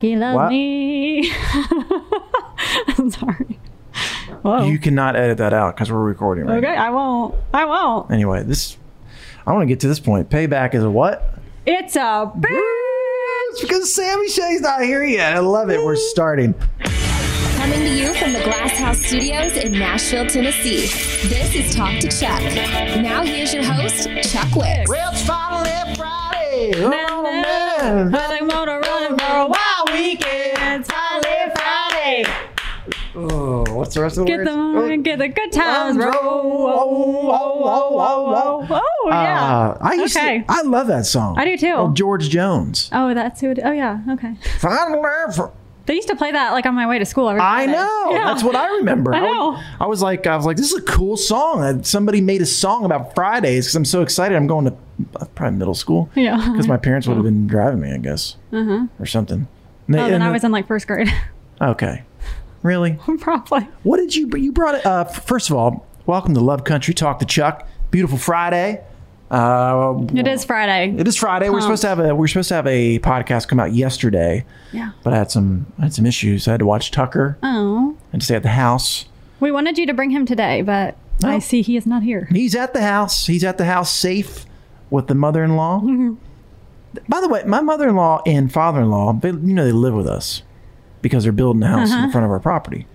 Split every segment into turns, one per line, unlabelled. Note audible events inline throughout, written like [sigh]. He loves
What?
me. [laughs] I'm sorry. Whoa.
You cannot edit that out because we're recording right
Oh. okay,
now.
I won't. I won't.
Anyway, this I want to get to this point. Payback is a what?
It's a
It's because Sammy Shay's not here yet. I love it. We're starting.
Coming to you from the Glass House Studios in Nashville, Tennessee. This is Talk to Chuck. Now here's your host, Chuck Wicks.
It's finally Friday.
Oh, man. I want to run for a wild weekend. It's finally Friday.
Oh, what's the rest of the
Get
words? Oh.
the get the good times. roll. Oh, oh, oh, oh, oh, oh, yeah.
Uh, I used
Okay.
to, I love that song.
I do too.
Oh, George Jones.
Oh, that's who it. Oh, yeah. Okay.
Finally Fr-
They used to play that like on my way to school. Every
I
Friday.
know.
Yeah.
That's what I remember.
I
would-
know.
I was like, I was like, this is a cool song. Uh, Somebody made a song about Fridays because I'm so excited. I'm going to uh, probably middle school.
Yeah. Uh-huh.
Because my parents would have been driving me, I guess, or something. And they-
Oh, then
and
I
the-
was in like first grade, [laughs]
okay. Really?
probably.
What did you? You brought it. Uh, first of all, welcome to Love Country. Talk to Chuck. Beautiful Friday. Uh,
It is Friday.
it is Friday. We're supposed to have a we're supposed to have a podcast come out yesterday,
Yeah.
but I had some I had some issues. I had to watch Tucker
Oh.
and stay at the house.
We wanted you to bring him today, but I see he is not here.
He's at the house. He's at the house safe with the mother in law.
Mm-hmm.
By the way, my mother in law and father in law, they you know they live with us because they're building a house
Uh-huh.
in front of our property.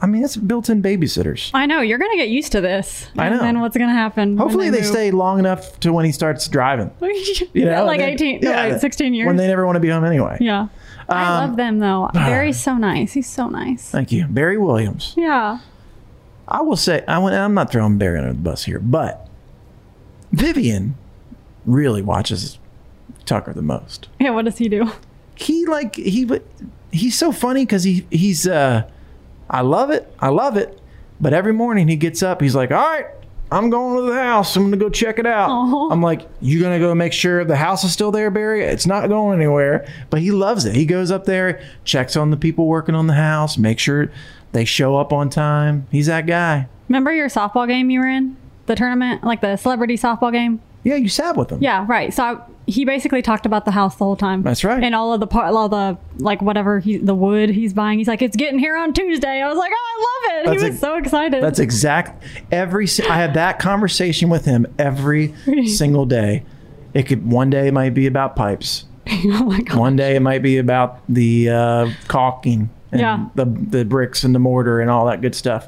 I mean, it's built in babysitters.
I know. You're going to get used to this.
I know.
And then what's going to happen? when
Hopefully, they,
move?
stay long enough to when he starts driving. You know,
[laughs] like
and then-
18, no, wait, 16 years.
when they um, never want to be home anyway.
yeah. I love them
[sighs]
though. Barry's so nice. He's so nice.
Thank you, Barry Williams.
Yeah.
I will say I went, I'm not throwing Barry under the bus here, but Vivian really watches Tucker the most.
Yeah. What does he do?
He like he would- he's so funny because he he's uh I love it I love it, but every morning he gets up he's like all right I'm going to the house I'm gonna go check it out
Aw.
I'm like you gonna go make sure the house is still there Barry it's not going anywhere but he loves it he goes up there checks on the people working on the house make sure they show up on time he's that guy
Remember your softball game you were in? The tournament, like the celebrity softball game?
Yeah, you sat with them.
Yeah, right. So I, he basically talked about the house the whole time.
That's right.
And all of the part, all the like whatever he, the wood he's buying. He's like, it's getting here on Tuesday. I was like, oh, I love it.
That's
he was
ex-
so excited.
That's exact. Every si- I have that conversation with him
[laughs]
every single day. It could one day it might be about pipes.
[laughs] oh my god.
One day it might be about the uh, caulking and
Yeah.
the the bricks and the mortar and all that good stuff.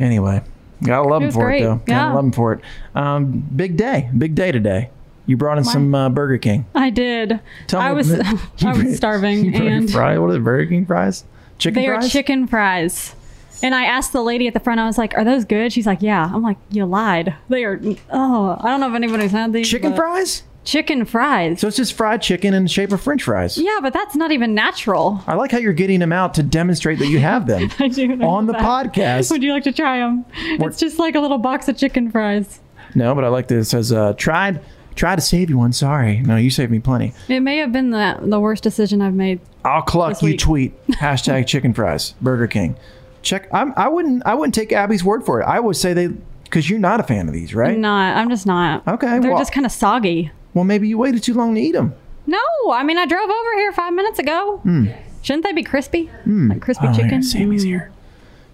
Anyway, gotta love
It
him
was
for
great.
it though.
Yeah.
Gotta love him for it. Um, big day, big day today. You brought in some uh, Burger King.
I did.
Tell
I [laughs]
me- [laughs]
was I was
You
starving
brought
and
fry. What are the Burger King fries? Chicken
they are
fries.
chicken fries. And I asked the lady at the front. I was like, "Are those good?" She's like, "Yeah." I'm like, "You lied. They are." Oh, I don't know if anybody's had these.
Chicken
but-
fries.
Chicken fries.
So it's just fried chicken in the shape of French fries.
yeah, but that's not even natural.
I like how you're getting them out to demonstrate that you have them
[laughs] I do know
on the
that. Would
podcast.
you like to try them? It's just like a little box of chicken fries.
No, but I like this. It says, uh, tried, tried to save you one. Sorry. No, you saved me plenty.
It may have been the, the worst decision I've made.
I'll cluck
This
you
week. [laughs]
tweet hashtag chicken fries, Burger King. Check. I'm, I wouldn't, I wouldn't take Abby's word for it. I would say they, because you're not a fan of these, right?
I'm not. I'm just not.
Okay,
They're
well-
just kind of soggy.
Well, maybe you waited too long to eat them.
No, I mean, I drove over here five minutes ago.
Hmm.
Shouldn't they be crispy? Like crispy
Oh, yeah,
chicken?
Sammy's
Mm.
here.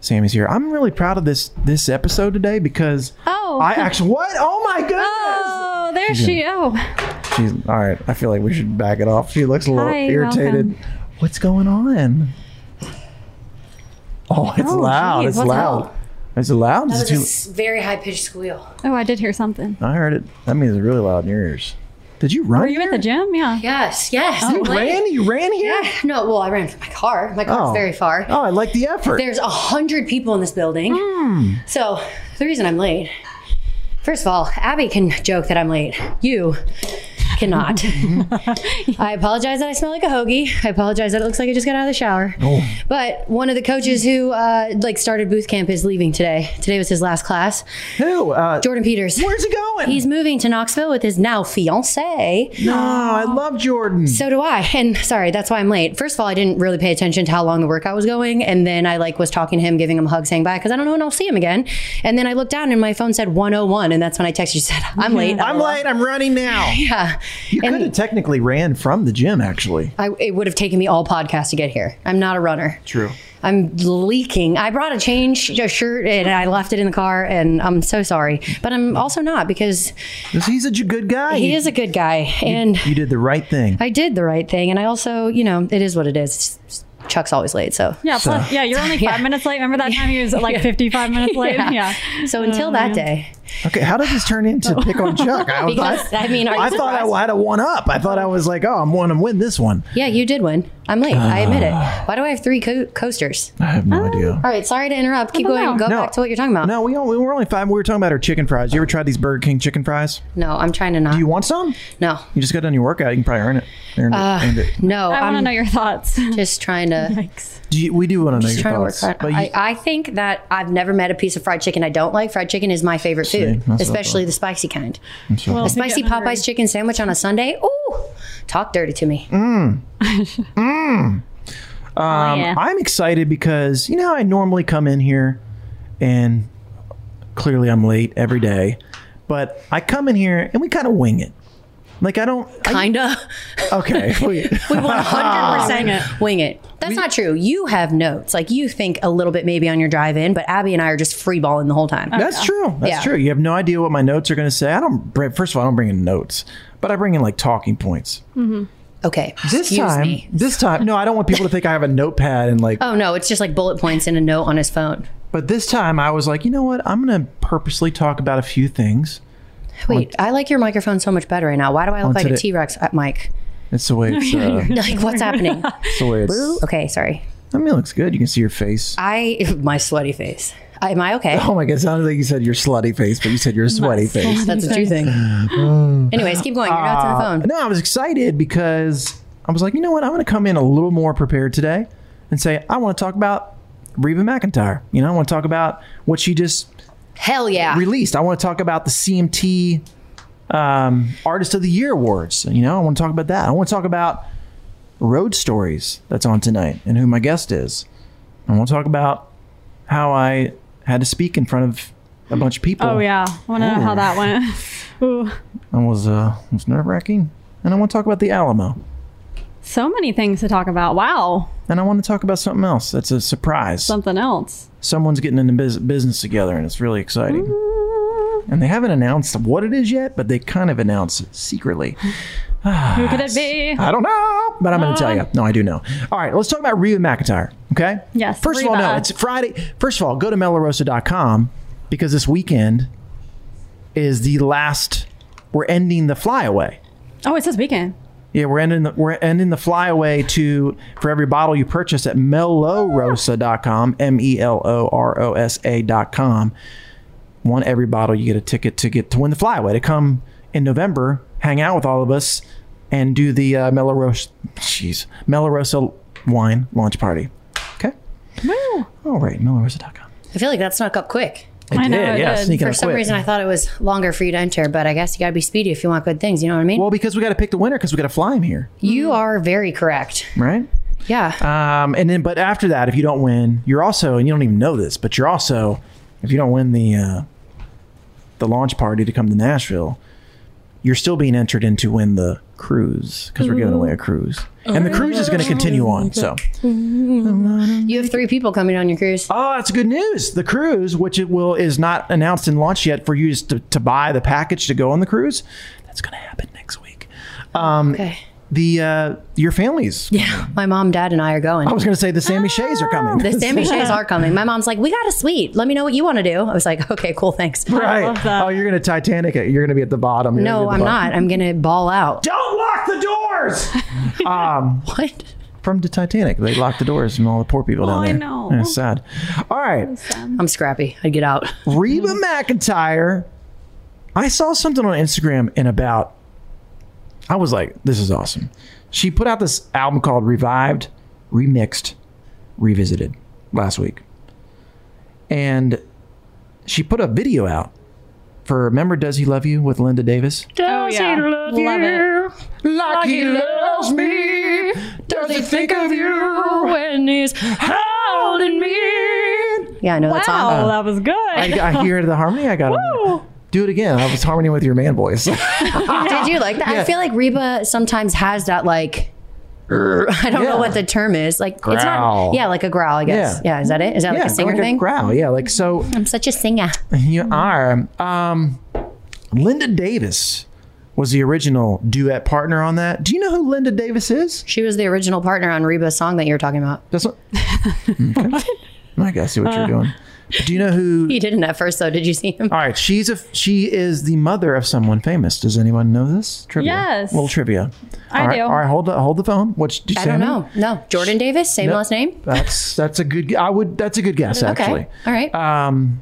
Sammy's here. I'm really proud of this this episode today because
Oh. [laughs]
I actually what? Oh my goodness!
Oh, there she. Oh,
She's all right. I feel like we should back it off. She looks a little
Hi,
irritated.
welcome.
What's going on? Oh, it's
Oh,
loud.
geez,
it's
what's
loud.
up?
It's loud. Is
That
it too-
was a very high pitched squeal.
oh! I did hear something.
I heard it. That means it's really loud in your ears. Did you run?
Were you at the gym? Yeah.
Yes, yes.
You ran? You ran here?
Yeah. No, well, I ran from my car. My car's
Oh.
very far.
Oh, I like the effort.
There's a hundred people in this building. So the reason I'm late, first of all, Abby can joke that I'm late. You cannot. [laughs] I apologize that I smell like a hoagie. I apologize that it looks like I just got out of the shower. But one of the coaches who uh, like started booth camp is leaving today. Today was his last class.
Who? Uh,
Jordan Peters.
where's he going?
He's moving to Knoxville with his now fiance.
no, I love Jordan.
So do I. And sorry, that's why I'm late. First of all, I didn't really pay attention to how long the workout was going, and then I like was talking to him, giving him a hug, saying bye, because I don't know when I'll see him again. And then I looked down, and my phone said 101, and that's when I texted you [laughs] said I'm late.
I'm late. I'm running now.
[laughs] Yeah,
You could have technically ran from the gym, actually.
I, it would have taken me all podcast to get here. I'm not a runner.
True.
I'm leaking. I brought a change, a shirt, and I left it in the car, and I'm so sorry. But I'm also not because
He's a j- good guy.
he is a good guy, and
You did the right thing.
I did the right thing. And I also, you know, it is what it is. Chuck's always late, so
Yeah. Plus, [laughs] yeah, you're only five minutes late. Remember that time you was like 55 minutes late? Yeah.
So until that day,
Okay, how did this turn into pick on
[laughs]
Chuck? I, was-
Oh. Because, I mean, are you
I thought
surprised?
I had a one up. I thought I was like, oh, I'm one. I'm win this one.
yeah, you did win. I'm late. I admit
[sighs]
it. Why do I have three co- coasters?
I have no idea.
All right, sorry to interrupt. Keep
don't
going.
know.
Go
No.
back to what you're talking about.
No, we, all, we were only five. We were talking about our chicken fries. You ever tried these Burger King chicken fries?
no, I'm trying to not.
Do you want some?
no,
You just got done your workout. uh, You can probably earn it. Earned
Uh,
it. Earned it.
no.
I want to
I'm
know your thoughts.
just trying
[laughs]
to
Do you, we do want to know your
trying to work
thoughts.
hard.
But you,
I, I think that I've never met a piece of fried chicken I don't like. Fried chicken is my favorite food,
that's what I
especially the spicy kind.
Well,
A spicy Popeye's chicken sandwich on a Sunday. Ooh, talk dirty to me.
Mm-hmm.
Um,
I'm excited because you know how I normally come in here, and clearly I'm late every day, but I come in here and we kind of wing it. Like I don't. I-
Kinda.
[laughs] okay. wait.
We 100%
it.
[laughs]
wing it. That's not true. You have notes. Like you think a little bit maybe on your drive in, but Abby and I are just free balling the whole time.
That's true. That's
Yeah.
true. You have no idea what my notes are going to say. I don't. br- First of all, I don't bring in notes, but I bring in like talking points.
Okay.
This
excuse
time,
me.
this time, no, I don't want people to think I have a notepad and
[laughs]
like.
Oh no, it's just like bullet points and a note on his phone.
But this time, I was like, you know what? I'm going to purposely talk about a few things.
Wait, I like your microphone so much better right now. Why do I look like a
today-
T Rex at mic?
It's the way it's. Uh,
[laughs] Like what's
[laughs]
happening?
it's the way it's.
Okay, sorry.
I mean, it looks good. You can see your face.
I [laughs] my sweaty face. Uh, Am I
[laughs]
okay?
Oh my god! It sounded like you said your slutty face, but you said your sweaty face.
That's what you
[laughs]
think. Anyways, keep going. Your notes on the phone.
No, I was excited because I was like, you know what? I'm going to come in a little more prepared today and say I want to talk about Reba McIntyre. You know, I want to talk about what she just
Hell yeah.
released. I want to talk about the CMT um, Artist of the Year awards. You know, I want to talk about that. I want to talk about Road Stories that's on tonight and who my guest is. I want to talk about how I had to speak in front of a bunch of people.
Oh yeah, I want to know how that went. [laughs] Ooh,
I was uh it was nerve wracking, and I want to talk about the Alamo,
So many things to talk about. Wow.
and I want to talk about something else. That's a surprise.
Something else.
Someone's getting into bus- business together, and it's really exciting. And they haven't announced what it is yet, but they kind of announced it secretly.
Who could it be?
I don't know, but I'm going to tell you. No, I do know. All right, let's talk about Reba McIntyre. Okay.
Yes,
First of all, no,
Reba.
it's Friday. First of all, go to melorosa.com because this weekend is the last. We're ending the flyaway.
Oh, it's this weekend.
Yeah, we're ending the we're ending the flyaway to for every bottle you purchase at melorosa.com, M E L O R O S A dot com. One every bottle you get a ticket to get to win the flyaway to come in November, hang out with all of us, and do the uh, Melorosa, jeez, Melorosa wine launch party. Okay. All right, melorosa.com.
I feel like that snuck up quick.
I know it
yeah,
did.
sneaking
For
up
some
quick.
reason, I thought it was longer for you to enter, but I guess you got to be speedy if you want good things. You know what I mean?
well, because we got to pick the winner because we got to fly him here,
you are very correct.
right?
Yeah.
Mm. Um, and then, but after that, if you don't win, you're also, and you don't even know this, but you're also, if you don't win the uh, the launch party to come to Nashville, you're still being entered in to win the cruise because we're giving away a cruise, and
Oh,
the cruise is going to continue on. So,
you have three people coming on your cruise.
oh, that's good news. The cruise, which it will, is not announced and launched yet for you just to, to buy the package to go on the cruise. That's going to happen next week. Um,
Okay. [laughs]
The uh, your families.
My mom, dad, and I are going.
I was going to say the Sammy Shays are coming.
Ah,
[laughs]
The Sammy Shays are coming. My mom's like, we got a suite. Let me know what you want to do. I was like, okay, cool, thanks.
Right. Oh, you're gonna Titanic it. You're gonna be at the bottom. You're gonna
No,
be at
I'm
the
not. I'm going to ball out.
bottom. Don't lock the doors. um,
What?
[laughs] from the Titanic, they locked the doors and all the poor people down
I
there.
know.
Yeah, it's sad. All right,
I'm scrappy. I'd get out.
Reba McIntyre. I saw something on Instagram in about. I was like, this is awesome. She put out this album called Revived, Remixed, Revisited last week. And she put a video out for Remember Does He Love You with Linda Davis?
Oh, yeah. Love, it.
Like he loves me. Does he think of [laughs] you when he's holding me?
Yeah, I know that song.
Wow, that was good.
I, I hear the harmony. I got it. Do it again. I was harmony with your man [laughs] voice.
Did you like that? I feel like Reba sometimes has that like. [laughs] "Urgh." I don't
Yeah.
know what the term is. Like it's
Growl.
not. Yeah, like a growl. I guess.
Yeah.
Yeah. Is that it? Is that like a singer
like
thing?
a growl. Yeah, like so.
I'm such a singer.
You are. Um, Linda Davis was the original duet partner on that. Do you know who Linda Davis is?
She was the original partner on Reba's song that you were talking about.
That's [laughs] not, okay. I gotta see what you're doing. Do you know who
He didn't at first though. Did you see him?
All right, she's a she is the mother of someone famous. Does anyone know this trivia?
Yes.
little trivia.
I
all right,
do.
All right, hold the hold the phone. What did you
I
say?
don't
Amy?
know. No, Jordan Davis, same
Nope.
last name.
That's that's a good. gu- I would. That's a good guess actually.
Okay. All right.
Um,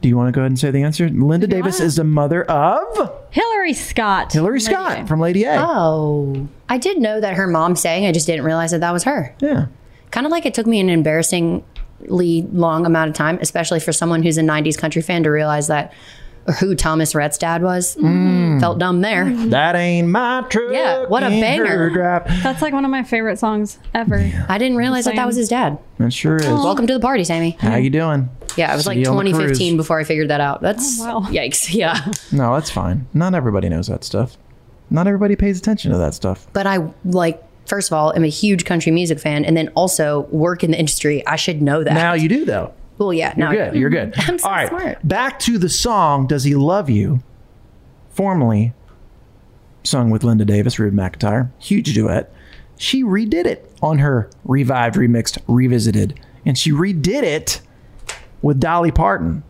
do you want to go ahead and say the answer? Linda Davis is the mother of
Hillary Scott.
Hillary Scott from Lady A.
oh, I did know that her mom sang. I just didn't realize that that was her.
Yeah.
Kind of like it took me an embarrassingly long amount of time, especially for someone who's a '90s country fan, to realize that who Thomas Rhett's dad was.
Hmm.
Felt dumb there.
That ain't my truck.
Yeah, what a
ain't
banger.
her drive.
That's like one of my favorite songs ever.
I didn't realize that that was his dad.
That sure is.
Welcome to the party, Sammy.
How you doing?
Yeah, it was like
See you on the
2015
cruise.
before I figured that out. That's
Oh, wow.
yikes. [laughs] Yeah.
No, that's fine. Not everybody knows that stuff. Not everybody pays attention to that stuff.
But I like, first of all, I'm a huge country music fan and then also work in the industry. I should know that.
Now you do though.
well, yeah. Now
You're good. You're good.
[laughs] I'm so
All right.
smart.
Back to the song "Does He Love You," formerly sung with Linda Davis, Reba McIntyre, huge duet. She redid it on her revived, remixed, revisited, and she redid it with Dolly Parton,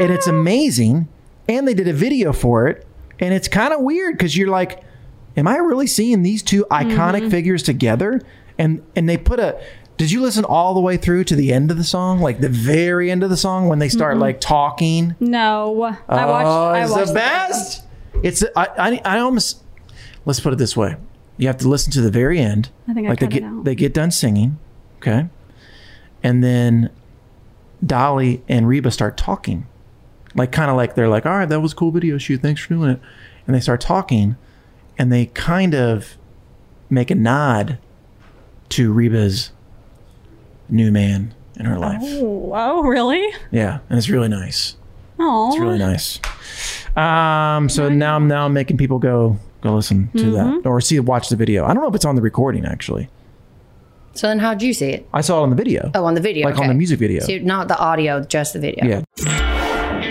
and it's amazing. And they did a video for it, and it's kind of weird because you're like, "Am I really seeing these two iconic figures together?" And and they put a. Did you listen all the way through to the end of the song, like the very end of the song when they start like talking?
No, I watched.
oh,
I
it's
watched
the best. It's I, I I almost let's put it this way. You have to listen to the very end.
I think I
like they
cut it
get
out.
they get done singing, okay, and then Dolly and Reba start talking, like kind of like they're like, all right, that was a cool video shoot, thanks for doing it, and they start talking, and they kind of make a nod to Reba's new man in
Oh.
her life.
Whoa, really?
Yeah, and it's really nice.
Oh,
It's really nice. Um, so now I'm now I'm making people go go listen to
Mm-hmm.
that or see watch the video. I don't know if it's on the recording actually.
So then, how'd you see it?
I saw it on the video.
Oh, on the video,
Like on
okay.
the music video.
So not the audio, just the video.
yeah.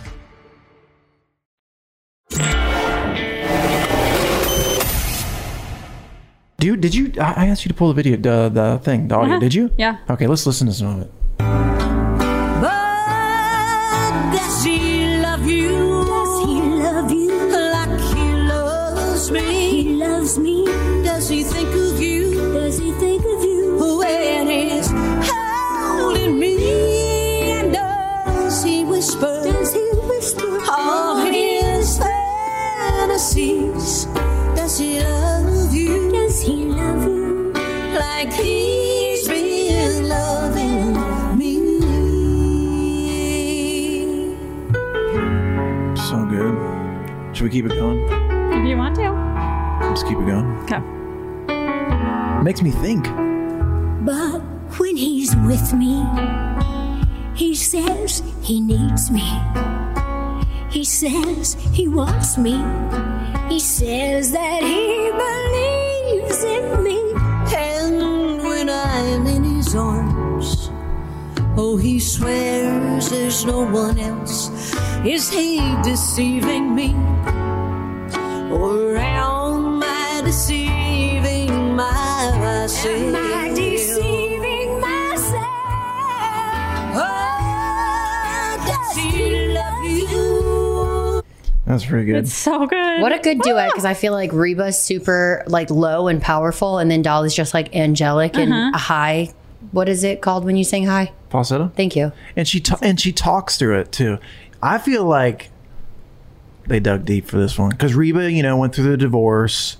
Dude, did you? I I asked you to pull the video, the, the thing, the audio.
Uh-huh.
Did you?
Yeah.
Okay, let's listen to some of it.
But does he love you? Does he love you? Like he loves me. He loves me. Does he think of you? Does he think of you? When he's holding me. And does he whisper? Does he whisper? All his fantasies. Does he love you? Does he love you? Like he's been loving me.
So good. Should we keep it going?
If you want to.
Let's keep it going.
Okay.
Makes me think.
But when he's with me, he says he needs me. He says he wants me. He says that he believes in me. And when I'm in his arms, oh, he swears there's no one else. Is he deceiving me? Or am I deceiving myself? Am I deceiving myself? Oh, does he love you?
That's pretty good.
So good.
What a good duet
Ah.
because I feel like Reba's super like low
Uh-huh.
and powerful, and then Dolly's just like angelic and high. What is it called when you sing high?
falsetto.
Thank you.
And she ta- and she talks through it too. I feel like they dug deep for this one because Reba, you know, went through the divorce,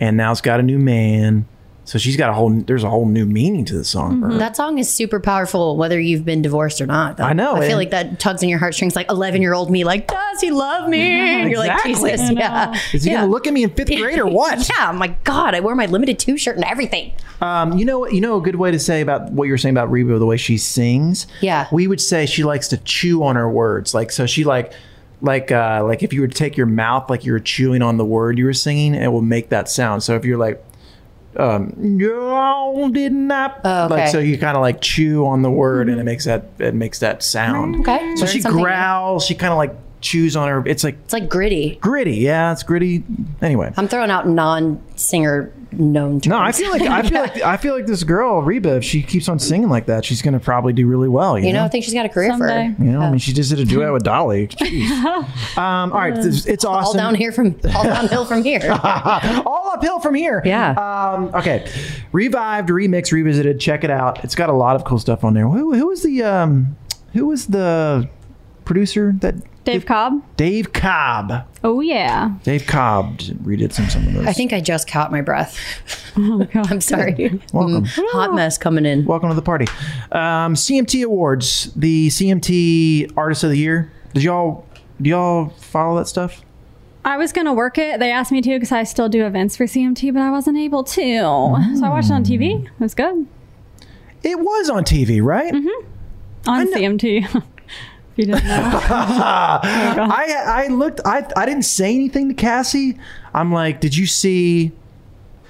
and now's got a new man. So she's got a whole. There's a whole new meaning to this song. for her.
That song is super powerful, whether you've been divorced or not.
I know,
I
and-
feel like that tugs on your heartstrings, like 11 year old me, like, does he love me?
Yeah,
And [laughs] you're
exactly.
like, Jesus,
I know.
yeah.
Is he gonna look at me in fifth grade or what?
[laughs] yeah, my God, I wear my limited two shirt and everything.
Um, you know, you know, a good way to say about what you're saying about Reba, the way she sings.
Yeah.
we would say she likes to chew on her words. Like, so she like, like, uh, like if you were to take your mouth, like you were chewing on the word you were singing, it will make that sound. So if you're like, um, no, did not.
Oh, okay.
like, so you kind of like chew on the word, and it makes that it makes that sound.
okay.
So
Learn
she
something.
growls. She kind of like chews on her. It's like
it's like gritty.
Gritty, yeah, it's gritty. Anyway,
I'm throwing out non singer known terms.
No, I feel like I feel like I feel like this girl Reba. If she keeps on singing like that, she's gonna probably do really well.
[laughs]
You,
you know, I think she's got a career for
You know, I mean, she just did a duet
[laughs]
with Dolly.
her.
um, all right, this- it's
All
awesome.
down here from, all downhill from
[laughs]
here.
Ah. all uphill from here. Yeah. Um, okay. Revived, remixed, revisited. Check it out. It's got a lot of cool stuff on there. Who who was the um, who was the producer that
Dave Cobb.
Dave Cobb?
Oh yeah.
[laughs]
Dave Cobb redid some some of those.
I think I just caught my breath. [laughs]
Oh,
I'm sorry. Mm,
Welcome.
Hot mess coming in.
Welcome to the party. Um, CMT Awards, the CMT Artist of the Year. Did y'all do y'all follow that stuff?
I was gonna work it. They asked me to because I still do events for CMT, but I wasn't able to. So I watched it on TV. It was good
It was on TV, right? Mm-hmm.
on CMT. [laughs] if you
[laughs]
didn't know.
Uh-huh. I I looked. I I didn't say anything to Cassie. I'm like, did you see,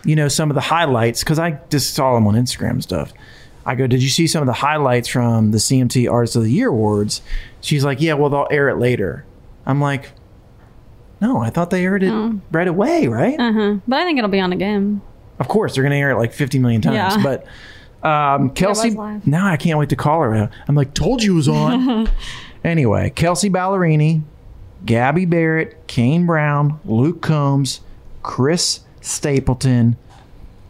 you know, some of the highlights? Because I just saw them on Instagram and stuff. I go, did you see some of the highlights from the CMT Artist of the Year awards? She's like, yeah, well, they'll air it later. I'm like, no, I thought they aired it
Oh.
right away, right?
Uh huh. But I think it'll be on again.
Of course, they're gonna air it like 50 million times.
Yeah.
But um, Kelsey,
was live.
now I can't wait to call her. I'm like, told you it
[laughs]
was on. anyway, Kelsey Ballerini, Gabby Barrett, Kane Brown, Luke Combs, Chris Stapleton,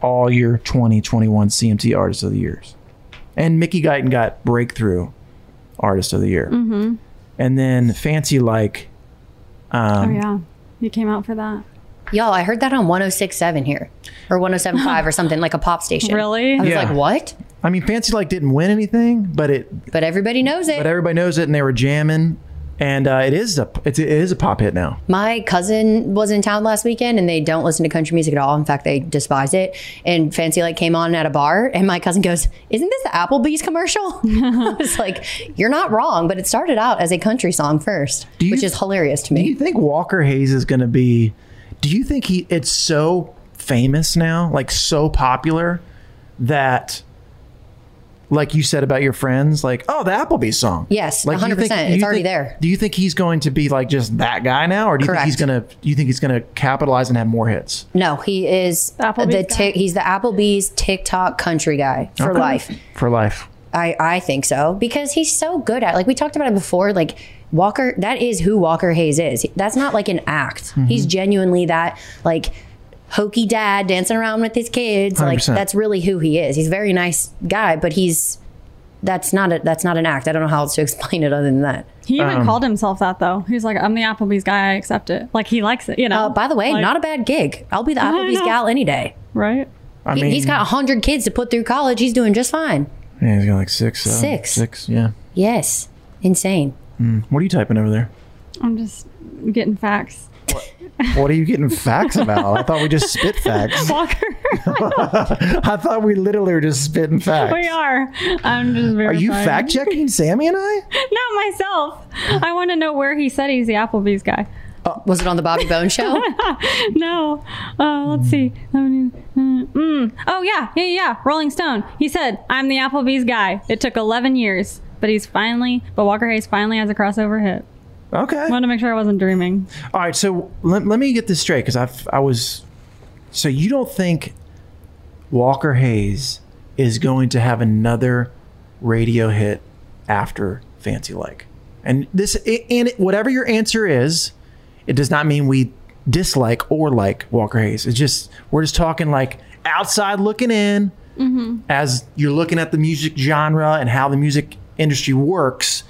all year 2021 CMT Artist of the Years, and Mickey Guyton got Breakthrough Artist of the Year,
Mm-hmm.
and then Fancy Like. Um,
oh yeah, you came out for that.
Y'all, I heard that on 1067 here or 1075 or something like a pop station. Really? I was
Yeah.
like, what?
I mean, Fancy Like didn't win anything, but it
But everybody knows it.
but everybody knows it, and they were jamming, and uh, it is a it's, it is a pop hit now.
My cousin was in town last weekend and they don't listen to country music at all. In fact, they despise it. And Fancy Like came on at a bar and my cousin goes, Isn't this the Applebee's commercial? [laughs] I was like, You're not wrong, but it started out as a country song first, which is hilarious to me.
Do you think Walker Hayes is going to be? Do you think he? It's so famous now, like so popular that, like you said about your friends, like oh the Applebee's song.
Yes,
like, do you
100%.
do you
It's already
think-
there.
Do you think he's going to be like just that guy now, or do you think he's gonna? Do you think he's gonna capitalize and have more hits?
No, he is the tick he's the Applebee's TikTok country guy for
Okay.
life.
For life.
I, I think so because he's so good at like we talked about it before like Walker that is who Walker Hayes is that's not like an act
Mm-hmm.
he's genuinely that like hokey dad dancing around with his kids like
100%.
that's really who he is he's a very nice guy but he's that's not a that's not an act I don't know how else to [laughs] explain it other than that
He even
Um,
called himself that though. He was like, "I'm the Applebee's guy. I accept it." Like he likes it, you know.
Uh, Oh, by the way
Like-
not a bad gig I'll be
[laughs]
the
I
Applebee's
know.
gal any day
right
I
he,
mean,
he's got hundred kids to put through college he's doing just fine
Yeah, he's got like six. seven,
Six.
Six. Yeah.
yes insane
Hmm. What are you typing over there?
I'm just
[laughs]
getting facts.
What are you getting facts about? I thought we just
[laughs]
spit facts.
Walker,
I thought we literally were just spitting facts.
we are. I'm just.
Are you
verifying.
fact checking Sammy and I?
no, myself. I want to know where he said he's the Applebee's guy. [laughs]
Oh.
was it on the Bobby Bone
[laughs]
show?
no. Uh, let's see. I mean, mm, mm. Oh yeah, yeah, yeah. Rolling Stone. He said, "I'm the Applebee's guy." It took 11 years, but he's finally. But Walker Hayes finally has a crossover hit.
Okay.
Wanted to make sure I wasn't dreaming.
All right, so let, let me get this straight because I I was so you don't think Walker Hayes is going to have another radio hit after Fancy Like, and this and it, whatever your answer is, it does not mean we dislike or like Walker Hayes. It's just we're just talking like outside looking in.
Mm-hmm.
as you're looking at the music genre and how the music industry works,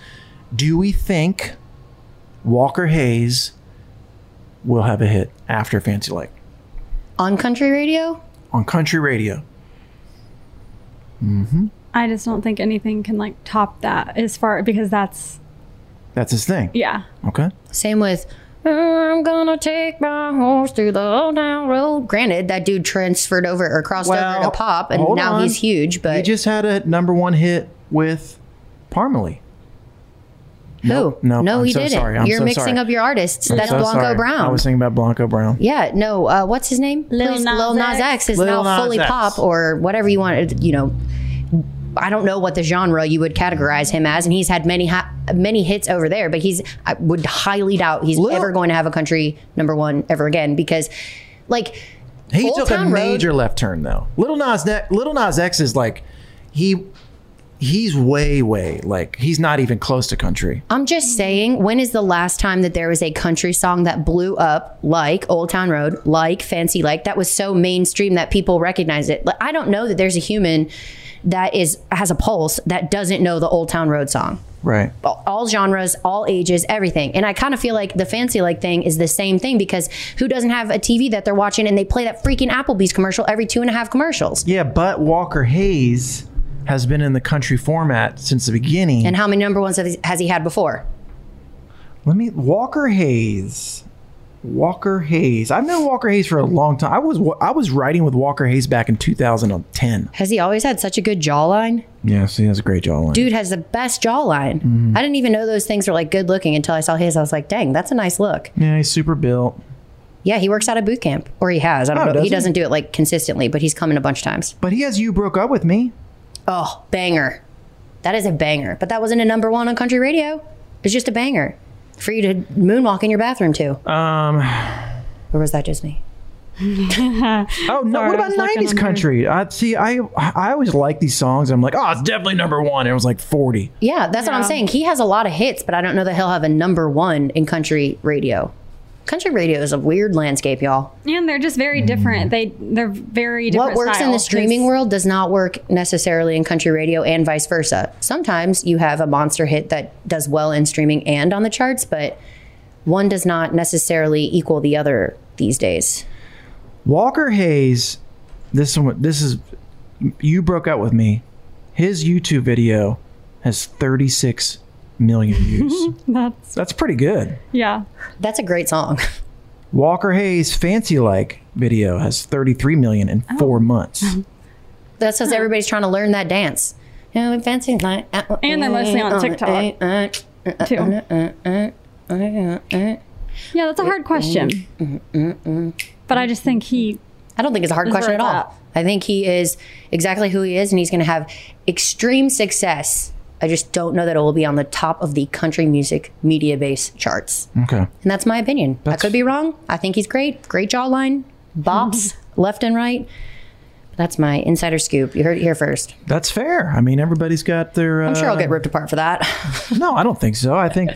do we think Walker Hayes will have a hit after Fancy Lake
On country radio?
on country radio? hmm
I just don't think anything can like top that as far because that's
That's his thing.
yeah.
Okay.
Same with I'm gonna take my horse through the old town road. Granted, that dude transferred over or crossed over to pop, and
hold
now
on.
he's huge. But
he just had a number one hit with Parmalee.
who?
Nope, nope,
no,
I'm
you
so
didn't.
sorry, I'm
You're
so
mixing
sorry.
up your artists.
I'm
That's
so
Blanco
sorry. I
Brown.
was thinking about Blanco Brown.
yeah, no. Uh, what's his name? Lil Nas, Lil Nas X is
Lil
now
Nas
fully
X.
pop or whatever you want. You know, I don't know what the genre you would categorize him as, and he's had many ha- many hits over there. But he's I would highly doubt he's ever going to have a country number one ever again because, like,
He
Old
took
Town
a
Road-
major left turn though. Little Nas X, Little Nas X is like he he's way way like he's not even close to country.
I'm just saying, when is the last time that there was a country song that blew up like Old Town Road, like Fancy Like, that was so mainstream that people recognized it? Like, I don't know that there's a human that is has a pulse that doesn't know the Old Town Road song.
Right.
All all genres, all ages, everything. And I kind of feel like the Fancy Like thing is the same thing because who doesn't have a TV that they're watching and they play that freaking Applebee's commercial every two and a half commercials?
Yeah, but Walker Hayes has been in the country format since the beginning.
And how many number ones has has he had before?
Let me Walker Hayes. Walker Hayes. I've known Walker Hayes for a long time. I was I was writing with Walker Hayes back in 2010.
Has he always had such a good jawline?
Yeah, so he has a great jawline.
Dude has the best jawline.
Mm-hmm.
I didn't even know those things were like good looking until I saw his. I was like, dang, that's a nice look.
Yeah, he's super built.
Yeah, he works out at boot camp, or he has. I don't
Oh,
know.
does
he
he?
doesn't do it like consistently, but he's coming a bunch of times.
But he has "You Broke Up with Me."
Oh, banger! That is a banger. But that wasn't a number one on country radio. It's just a banger for you to moonwalk in your bathroom to.
Um,
or was that just me?
oh
no! what about nineties country? I see. I I always like these songs. I'm like, oh, it's definitely number one. It was like forty.
Yeah, that's what I'm saying. He has a lot of hits, but I don't know that he'll have a number one in country radio. Country radio is a weird landscape, y'all.
And they're just very different. They they're very different.
what works in the
styles.
streaming world does not work necessarily in country radio and vice versa. Sometimes you have a monster hit that does well in streaming and on the charts, but one does not necessarily equal the other these days.
Walker Hayes. This one. This is you broke up with me. His YouTube video has thirty six million [laughs] views.
That's
That's pretty good.
yeah.
That's a great song.
Walker Hayes Fancy Like video has thirty three million in
Oh.
four months.
Mm-hmm. That's because everybody's trying to learn that dance. And
And
they're
they're mostly on TikTok,
too.
Yeah, that's a hard question.
Mm-hmm.
But I just think he.
I don't think it's a hard
Is
question at
where
all.
it's
I think he is exactly who he is, and he's going to have extreme success. I just don't know that it will be on the top of the country music media base charts.
Okay.
And that's my opinion. I could be wrong. I think he's great. Great jawline, bops left and right. That's my insider scoop. You heard it here first.
That's fair. I mean, everybody's got their. Uh,
I'm sure I'll get ripped apart for that. [laughs]
No, I don't think so. I think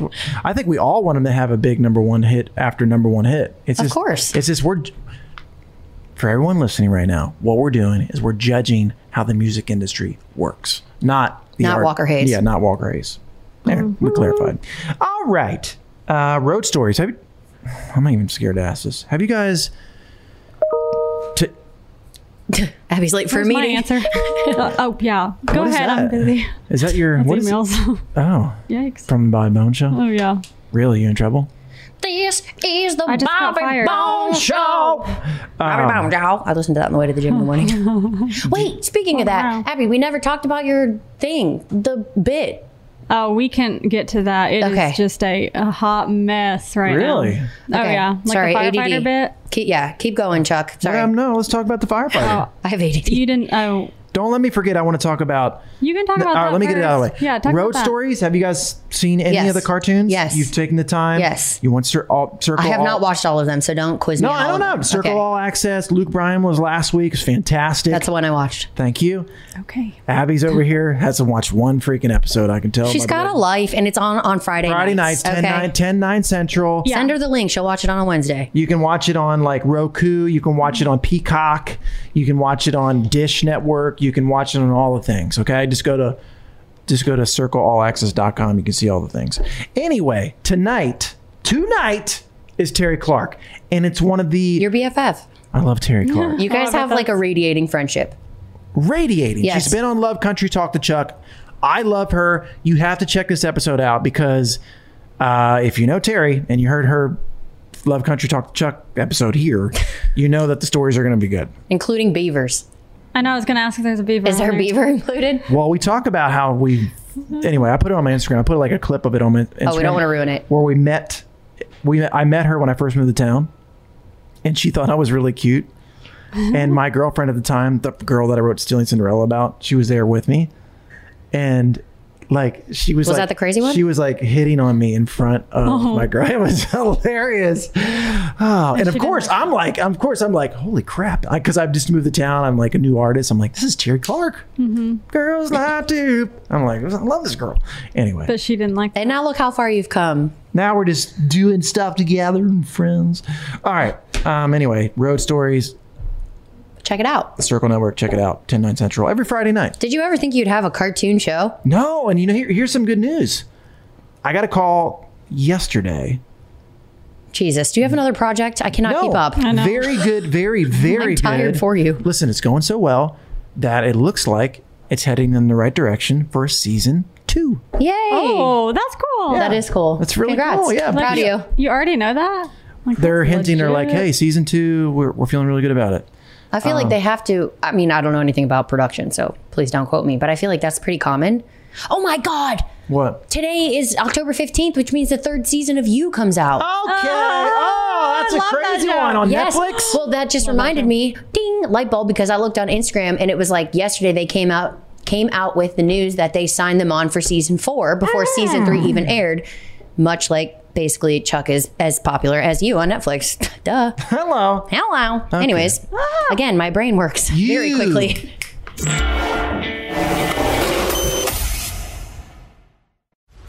I think we all want him to have a big number one hit after number one hit. It's
Of
just,
course.
It's just we're for everyone listening right now. What we're doing is we're judging how the music industry works, not the
Not
art-
Walker Hayes. Mm-hmm.
Yeah, not Walker Hayes. There, we clarified. All right, uh, road stories. Have you, I'm not even scared to ask this. Have you guys? T-
Abby's late for
Where's
a
my
meeting. [laughs]
answer? Uh, oh yeah. Go
What is
ahead. I'm
that?
busy.
is that your what is it?
emails.
[laughs] Oh,
Yikes.
From the Bobby Bone Show.
Oh yeah.
Really, you in trouble?
This is the
I just got
Bobby
fired.
Bone Show. Bobby Bone
Um,
Show. I listened to that on the way to the gym in the morning. Oh. [laughs] Oh, Wait, speaking of that, Abby, we never talked about your thing, the bit.
Oh, we can get to that. It is
Okay.
just a, a hot mess right
Really?
now. Oh
Okay.
yeah. Like
Sorry,
the firefighter
ADD.
bit.
Keep, yeah, keep going, Chuck. Sorry.
Um, no, let's talk about the firefighter.
I have ADD.
You didn't. Oh,
Don't let me forget. I want to talk about.
you can talk about.
All right,
that
let me get it out of the way.
first. Yeah, talk
Road
about that.
Stories. Have you guys seen any
Yes.
of the cartoons?
Yes.
You've taken the time.
Yes.
You want cir- all, circle.
I have
all,
not watched all of them, so don't quiz
No,
me. on
I
all
don't
of
know.
them.
Circle
Okay.
All Access. Luke Bryan was last week. It was fantastic.
That's the one I watched.
Thank you.
Okay.
Abby's over here hasn't watched one freaking episode. I can tell.
She's
by the
got
way.
a life, and it's on on Friday.
Oh, Friday nights, 10, 9, 10, 9 central.
Send her the link. She'll watch it on a Wednesday.
You can watch it on like Roku. You can watch it on Peacock. You can watch it on Dish Network. network. You can watch it on all the things. Okay, just go to just go to circleallaccess.com. You can see all the things. Anyway, tonight, tonight is Terry Clark, and it's one of the your
BFF.
I love Terry Clark.
You guys have like a radiating friendship.
Radiating.
Yes.
She's been on Love Country Talk to Chuck. I love her. You have to check this episode out because uh, if you know Terry and you heard her Love Country Talk to Chuck episode here, you know that the stories are going to be good.
Including beavers.
I know I was going to ask if there's a beaver.
Is there a beaver [laughs] included?
Well, we talk about how we. Anyway, I put it on my Instagram. I put like a clip of it on my Instagram.
Oh, we don't want to ruin it.
Where we met, we I met her when I first moved to town, and she thought I was really cute. and my girlfriend at the time, the girl that I wrote Stealing Cinderella about, she was there with me, and like she was
Was
like,
that the crazy one?
She was like hitting on me in front of
Oh.
my girl. [laughs] It was hilarious. Oh, and of course I'm like, of course I'm like, holy crap, because I've just moved to town. I'm like a new artist. I'm like, this is Terry Clark.
Mm-hmm.
Girls lie to. I'm like, I love this girl. Anyway,
But she didn't like
And now look how far you've come.
now we're just doing stuff together and friends. All right. Um. Anyway, road stories.
Check it out.
The Circle Network. Check it out. 10 9 Central every Friday night.
Did you ever think you'd have a cartoon show?
No, and you know, here, here's some good news. I got a call yesterday.
Jesus, do you have
Mm.
another project? I cannot keep up.
Very good, very,
[laughs]
very
I'm tired
good.
for you.
Listen, it's going so well that it looks like it's heading in the right direction for season two.
Yay!
Oh, that's cool.
That is
cool.
That's really cool. Yeah,
Like,
proud of you.
You already know that.
They're hinting, they're like,
legit.
hey, season two, we're, we're feeling really good about it.
I feel like
Um,
they have to. I mean, I don't know anything about production, so please don't quote me, but I feel like that's pretty common. Oh my God!
What?
Today is October 15th, which means the third season of You comes out.
Okay. Oh, that's a crazy one on
yes.
Netflix. Oh,
Well, that just reminded me, ding, light bulb, because I looked on Instagram and it was like yesterday they came out came out with the news that they signed them on for season four before
Ah.
season three even aired. Much like basically Chuck is as popular as you on Netflix. [laughs] Duh.
[laughs] Hello.
Hello.
Okay.
Anyways, again, my brain works very
You.
quickly. [laughs]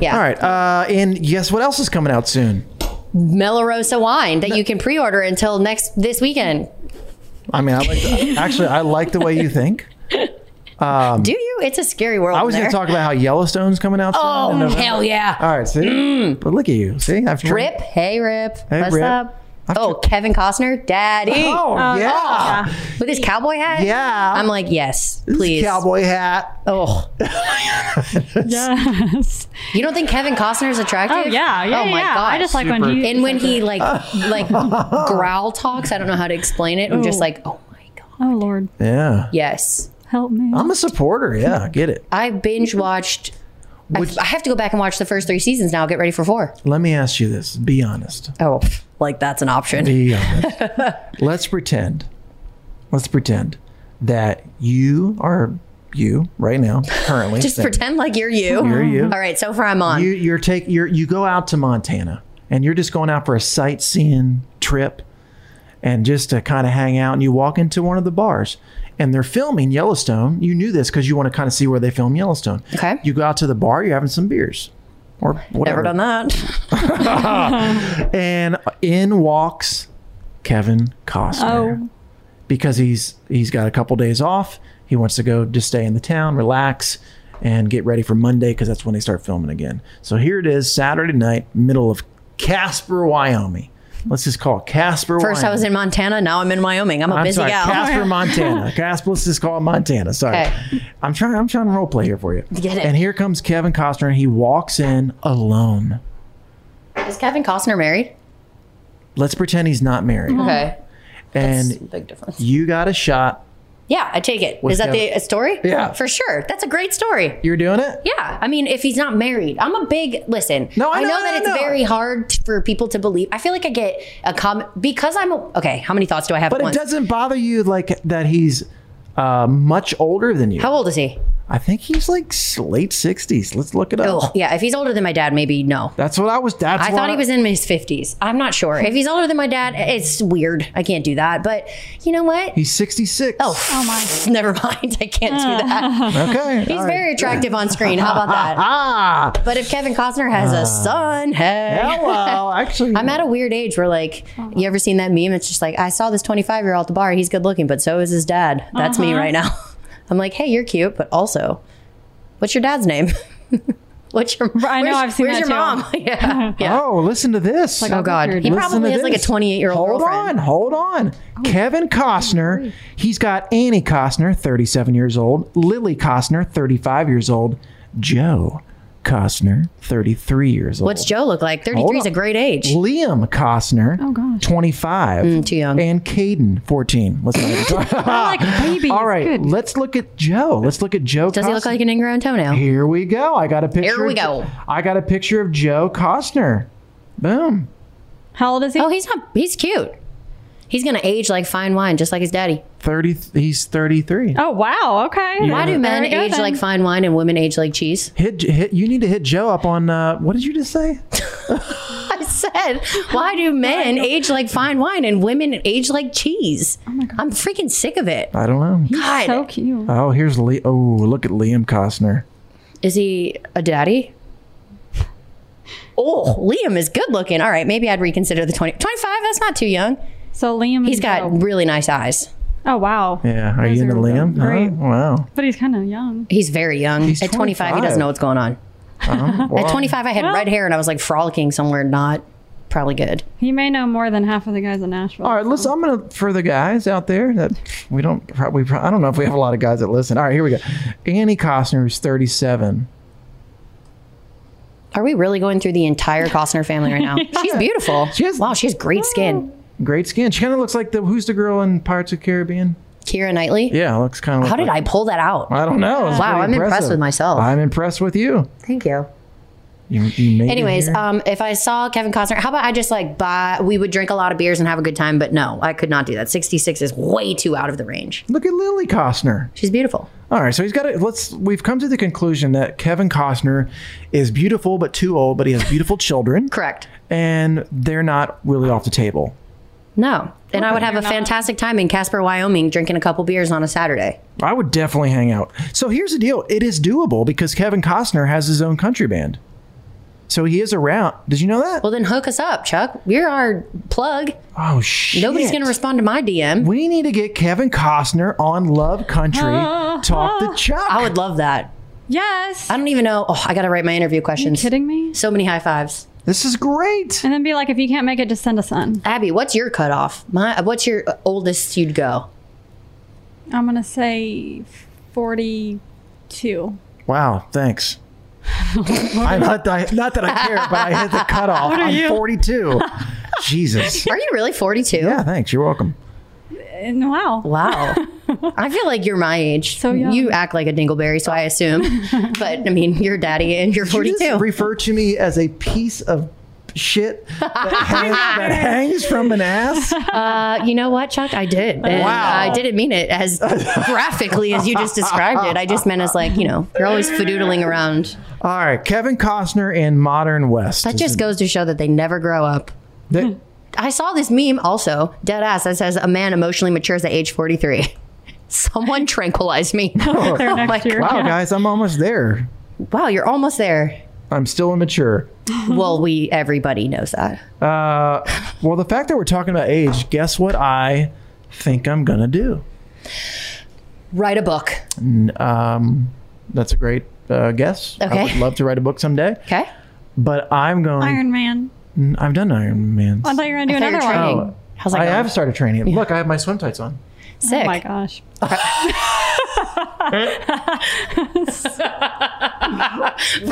Yeah.
All right. Uh, and guess what else is coming out soon?
Melorosa wine that you can pre-order until next this weekend.
I mean, I like
[laughs]
the, actually I like the way you think. Um,
Do you? It's a scary world.
I was
going
going to talk about how Yellowstone's coming out. soon
Oh,
in November.
hell yeah.
All right, see, but look at you. See, I've tried-
Rip, hey Rip,
Hey,
what's
Rip.
up? oh, Kevin Costner, Daddy.
Oh, Oh, yeah. yeah.
with his cowboy hat.
Yeah,
I'm like, yes, please,
cowboy hat.
Oh,
[laughs] yes.
You don't think Kevin Costner is attractive?
Oh, yeah, yeah,
oh my
yeah.
gosh.
I just like when Super. he-
and when he
[laughs]
like like growl talks. I don't know how to explain it. I'm just
Ooh.
like, oh,
Oh Lord,
yeah.
yes.
help me.
I'm a supporter.
[laughs]
Yeah, I get it.
I binge watched. I, I have to go back and watch the first three seasons now. Get ready for four.
Let me ask you this. Be honest.
Oh, like that's an option. [laughs]
Be honest. Let's pretend. Let's pretend that you are you right now, currently.
Just
sitting-
pretend like you're you.
You're you.
All right, so far I'm on.
You, you're take you you go out to Montana and you're just going out for a sightseeing trip and just to kind of hang out and you walk into one of the bars and they're filming Yellowstone. You knew this because you want to kind of see where they film Yellowstone. Okay. You go out to the bar. You're having some beers or whatever.
Never done that.
and in walks Kevin Costner
Oh.
because he's he's got a couple days off. He wants to go just stay in the town, relax, and get ready for Monday because that's when they start filming again. So here it is, Saturday night, middle of Casper, Wyoming. Let's just call it Casper.
First I was in Montana. Now I'm in Wyoming. I'm a
I'm
busy
sorry,
gal. [laughs]
Casper, Montana. Casper, let's just call it Montana. Sorry, I'm trying. I'm trying to role play here for you.
Get it.
And here comes Kevin Costner, and he walks in alone.
Is Kevin Costner married?
Let's pretend he's not married.
Okay.
and
big difference.
You got a shot.
Yeah, I take it.
With
Is that the
Kevin-
a story?
Yeah.
for sure. That's a great story.
You're doing it.
Yeah, I mean, if he's not married, I'm a big listen.
No, I know,
that
I
it's
know.
very hard t- for people to believe. I feel like I get a comment because I'm a, okay. How many thoughts do I have?
But
at
it
once?
doesn't bother you like that he's uh, much older than you. How
old is he?
I think he's like s- late sixties. Let's look it up.
Oh, yeah. If he's older than my dad, maybe no.
That's what I was. That's
I
what
thought he was in his fifties. I'm not sure. If he's older than my dad, it's weird. I can't do that. But you know what?
He's sixty six.
Oh, [laughs] oh my! Never mind. I can't [laughs] do that.
Okay,
He's
all right.
very attractive on screen. How about [laughs]
[laughs]
that? but if Kevin Costner has
Ah.
a son, hey. [laughs]
Hello, actually.
I'm at a weird age where, like, you ever seen that meme? It's just like, I saw this 25 year old at the bar. He's good looking, but so is his dad. That's me
Uh-huh.
right now. [laughs] I'm like, hey, you're cute, but also, what's your dad's name? [laughs] what's your? I
know, I've seen
Where's
that
your
too.
mom? [laughs] yeah.
[laughs] Oh, listen to this.
Like, oh, God. He
Listen
probably
to
has, like, a
this.
28-year-old
Hold
girlfriend.
on, hold on. Kevin Costner, he's got Annie Costner, 37 years old, Lily Costner, 35 years old, Joe Costner, 33 years old.
What's Joe look like?
Hold
33 is
on.
a great age.
Liam Costner, oh, gosh. 25.
Mm,
too young. And Caden, 14. Let's not even [laughs] talk.
like
Ah,
babies.
All right, let's look at Joe. Let's look at Joe
Does he look
Costner.
like an ingrown toenail?
Here we go. I got a picture.
Here we
of-
go.
I got a picture of Joe Costner. Boom.
How old is he?
Oh, he's not. He's cute. He's gonna age like fine wine, just like his daddy.
30 he's 33.
Oh wow. Okay.
Why do men
There we go
age
then.
like fine wine and women age like cheese?
Hit, hit you need to hit Joe up on uh, what did you just say?
[laughs] I said, why do men age like fine wine and women age like cheese? I'm freaking sick of it.
I don't know.
God, so
cute.
Oh, here's Lee. Oh, look at Liam Costner.
Is he a daddy? Oh, Liam is good looking. All right, maybe I'd reconsider the 20. 25, that's not too young.
So Liam,
he's got really nice eyes.
Oh wow.
Yeah, are you into Liam? Huh?
great.
Wow.
But he's kind of young.
He's Uh-huh. very young. At 25, he
25.
doesn't know what's going on.
Oh, wow.
At 25, I had red hair and I was like frolicking somewhere, not probably good.
He may know more than half of the guys in Nashville.
All right, listen. I'm gonna for the guys out there that we don't probably pro- I don't know if we have a lot of guys that listen. All right, here we go. Annie Costner who's 37.
Are we really going through the entire Costner family right now? She's beautiful. She has, wow, she has great skin.
Great skin. She kind of looks like the who's the girl in Pirates of the Caribbean?
Kira Knightley.
Yeah, it looks kind of.
How did I pull that out?
I don't know. It's
Wow,
pretty
I'm impressed with myself.
I'm impressed with you.
Thank you.
You, you made it
Anyways,
here.
um, if I saw Kevin Costner, how about I just like buy? We would drink a lot of beers and have a good time, but no, I could not do that. Sixty six is way too out of the range.
Look at Lily Costner.
She's beautiful.
All right, so he's got it. Let's. We've come to the conclusion that Kevin Costner is beautiful but too old, but he has
[laughs]
beautiful children.
Correct.
And they're not really off the table.
No, and I would have a fantastic time in Casper, Wyoming, drinking a couple beers on a Saturday.
I would definitely hang out. So here's the deal: it is doable because Kevin Costner has his own country band, so he is around. Did you know that?
Well, then hook us up, Chuck. You're our plug.
Oh shit!
Nobody's gonna respond to my DM.
We need to get Kevin Costner on Love
[laughs]
Country. Talk to Chuck. I
would love that.
Yes.
I don't even know. Oh, I gotta write my interview questions.
kidding me?
So many high fives.
This is great.
And then be like, if you can't make it, just send us on.
Abby, what's your cutoff? My, what's your oldest you'd go?
I'm gonna say 42.
Wow!
[laughs]
Thanks. I'm not, I, not that I care, but I hit the cutoff.
What are
I'm
you? [laughs]
42. Jesus.
Are you really 42?
Yeah, thanks. You're welcome.
And wow.
Wow. I feel like you're my age. So
young.
you act like a dingleberry, so I assume. but I mean, you're daddy and you're
Did you
42.
just refer to me as a piece of
[laughs]
shit that, hangs, that hangs from an ass?
Uh, you know what, Chuck? I did. And
Wow.
I didn't mean it
[laughs]
as graphically as you just described it. I just meant as like, you know, you're always fadoodling around.
All right, Kevin Costner in Modern West.
That just goes to show that they never grow up. [laughs]
That-
I saw this meme also, dead ass, that says a man emotionally matures at age 43. [laughs] Someone tranquilize me. [laughs]
There
Oh my
next year. Wow,
God.
guys, I'm almost there.
Wow, you're almost [laughs] there.
I'm still immature.
well, we everybody knows that.
Uh, well, the fact that we're talking about age, guess what I think I'm gonna do?
Write a book.
N- Um, that's a great uh, guess.
Okay.
I would love to write a book someday.
Okay.
But I'm going.
Iron Man.
N- I've done Iron Man.
I thought you were gonna do
I thought you
another
were training.
one.
Oh, I have started training. Look, I have my swim tights on.
Sick.
Oh my gosh.
For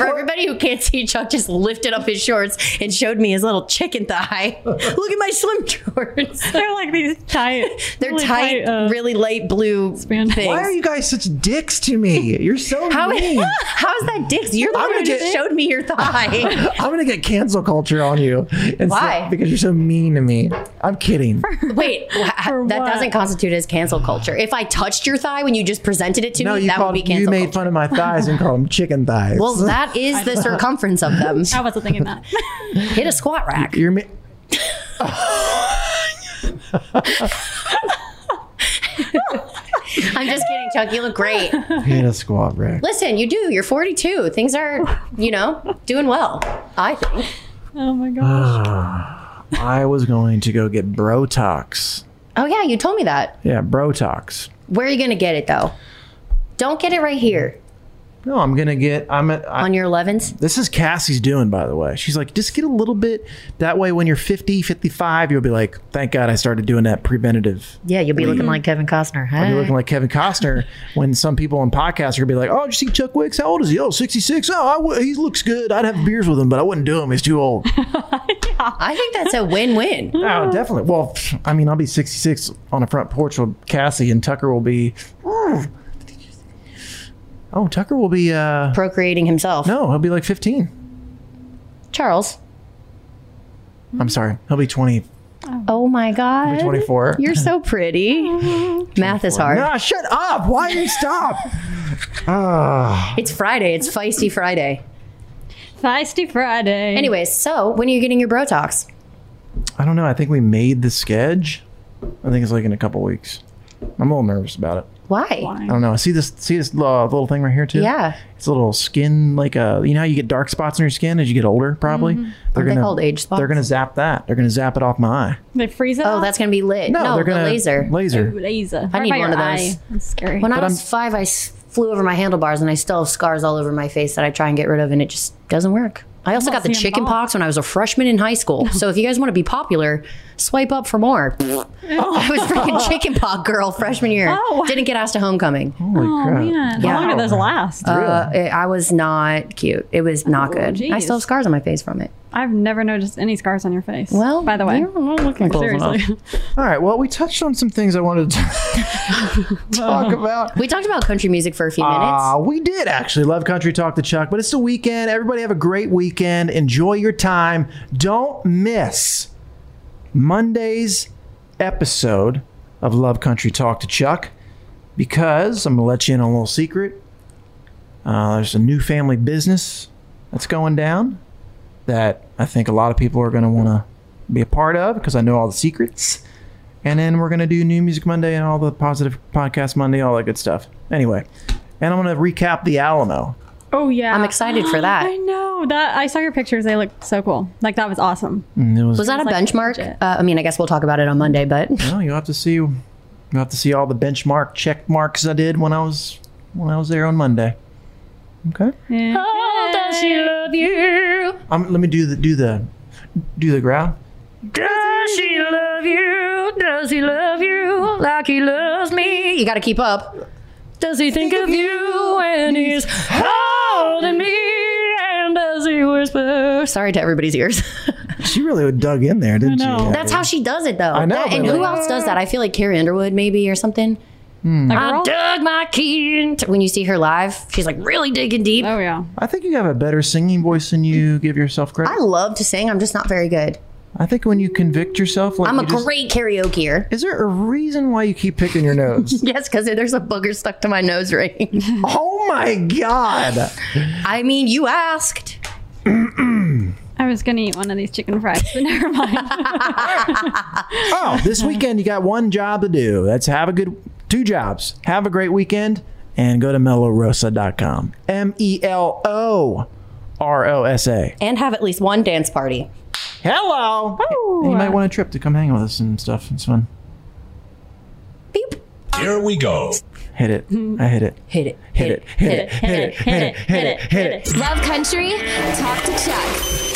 everybody who can't see, Chuck just lifted up his shorts and showed me his little chicken
[laughs]
thigh. Look at my swim [laughs] shorts.
They're like these
[laughs]
tight. uh,
They're tight, uh, really light blue things.
Why are you guys such dicks to
[laughs]
me? You're so
How,
mean.
[laughs] how is that dicks? You're the
I'm
one who
gonna
just
get-
showed me your
[laughs]
thigh.
I'm gonna get cancel culture on you. It's
Why?
not because you're so mean to me. I'm kidding.
Wait, wha- that doesn't constitute as cancel culture. If I touched your thigh when [laughs] you just presented it to
no,
me,
you
that would
called
be
you
cancel
made
culture.
fun of my thighs and called them chicken thighs.
Well, that is the circumference of [laughs] them.
I wasn't thinking that.
[laughs]
Hit a squat rack. [laughs]
you're me.
I'm just kidding, Chuck. You look great.
Hit a
[laughs]
squat rack.
Listen, you do. You're 42. Things are, you know, doing well. I think.
Oh my gosh.
Ah, I was going to go get Brotox.
Oh yeah, you told me that.
Yeah, Brotox.
Where are you gonna get it though? Don't get it right here
No, I'm gonna get. I'm. At, I,
on your 11s.
this is Cassie's doing, by the way. She's like, just get a little bit. That way, when you're 50, 55, you'll be like, thank God I started doing that preventative.
Yeah, you'll be looking like Kevin Costner.
I'll be looking like Kevin Costner when some people on podcasts are gonna be like, "Oh, did you see Chuck Wicks? How old is he? Oh, 66. Oh, I w- he looks good. I'd have beers with him, but I wouldn't do him. He's too [laughs] old."
I think that's a win-win.
oh, definitely. Well, pff, I mean, I'll be 66 on a front porch with Cassie, and Tucker will be. Oh, Tucker will be. uh
Procreating himself.
No, he'll be like 15.
Charles.
I'm sorry, he'll be 20.
Oh my God.
Be 24.
You're so pretty. Math is hard.
Nah, Ah, shut up! Why do you stop? Ah,
It's Friday. It's Feisty Friday.
Feisty Friday.
Anyways, so when are you getting your Brotox?
I don't know. I think we made the sketch. I think it's like in a couple weeks. I'm a little nervous about it.
Why?
I don't know. See this? See this uh, little thing right here too?
Yeah.
It's a little skin, like a you know how you get dark spots in your skin as you get older, probably. They're
Aren't they called age spots?
They're gonna zap that. They're gonna zap it off my eye.
They freeze it.
Oh, that's gonna be lit. No,
they're
the
gonna
laser.
Laser.
laser.
I need
by
one of
your
those.
eye. That's scary.
When I was five, I s- flew over my handlebars and I still have scars all over my face that I try and get rid of, and it just doesn't work. I also got the
seeing
chicken
ball.
pox when I was a freshman in high school. So if you guys want to be popular, swipe up for more. [laughs] I was freaking chicken pox girl freshman year.
Oh.
Didn't get asked to homecoming.
Holy
oh
crap!
man, how long did those last?
Uh, it- I was not cute. It was not good. I
geez.
still have scars on my face from it.
I've never noticed any scars on your face. Well, by the way,
you're
seriously.
All right. Well, we touched on some things I wanted to [laughs]
[laughs]
talk about.
We talked about country music for a few minutes.
Ah, we did actually love country talk to Chuck, but it's the weekend. Everybody have a great weekend. Enjoy your time. Don't miss Monday's episode of Love Country Talk to Chuck because I'm gonna let you in on a little secret. Uh, there's a new family business that's going down that I think a lot of people are gonna want to be a part of because I know all the secrets. And then we're going to do New Music Monday and all the Positive Podcast Monday, all that good stuff. Anyway, and I'm going to recap the Alamo.
[laughs] Oh yeah, I'm
excited
[gasps]
for that.
I know that I saw your pictures. They look so cool. Like that was awesome.
And it was,
Was that a
It's like
benchmark?
legit.
Uh, I mean, I guess we'll talk about it on Monday, but
Well, you'll have to see. You'll have to see all the benchmark check marks I did when I was when I was there on Monday. Okay.
Oh, does she love you?
Um, let me do the do the do the growl.
Does she love you? Does he love you like he loves me?
You gotta keep up.
Does he think of you when he's holding me? And does he whisper?
Sorry to everybody's ears. [laughs]
She really dug in there, didn't she?
That's how she does it, though.
I know,
That-
but
and who
like-
else does that? I feel like Carrie Underwood, maybe, or something.
Hmm.
I dug my key into. When you see her live, she's like really digging deep.
Oh yeah.
I think you have a better singing voice than you give yourself credit.
I love to sing. I'm just not very good.
I think when you convict yourself, like
I'm a
you just-
great karaokeer.
Is there a reason why you keep picking your nose?
yes, because there's a booger stuck to my nose ring.
[laughs] oh my god!
I mean, you asked.
I was gonna eat one of these chicken fries, but [laughs] never mind.
Oh, [laughs] this weekend you got one job to do. That's have a good two jobs. Have a great weekend and go to melorosa.com. M E L O R O S A.
And have at least one dance party.
Hello. And you might want a trip to come hang with us and stuff. It's fun.
Here we go.
Hit it. I hit it.
Hit it.
Hit it. Hit it. Hit it. Hit it. Hit it. Hit it.
Love Country, talk to Chuck.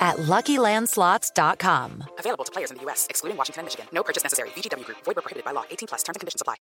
at LuckyLandSlots.com.
Available to players in the U.S., excluding Washington and Michigan. No purchase necessary. VGW Group. Void where prohibited by law. 18 plus. Terms and conditions apply.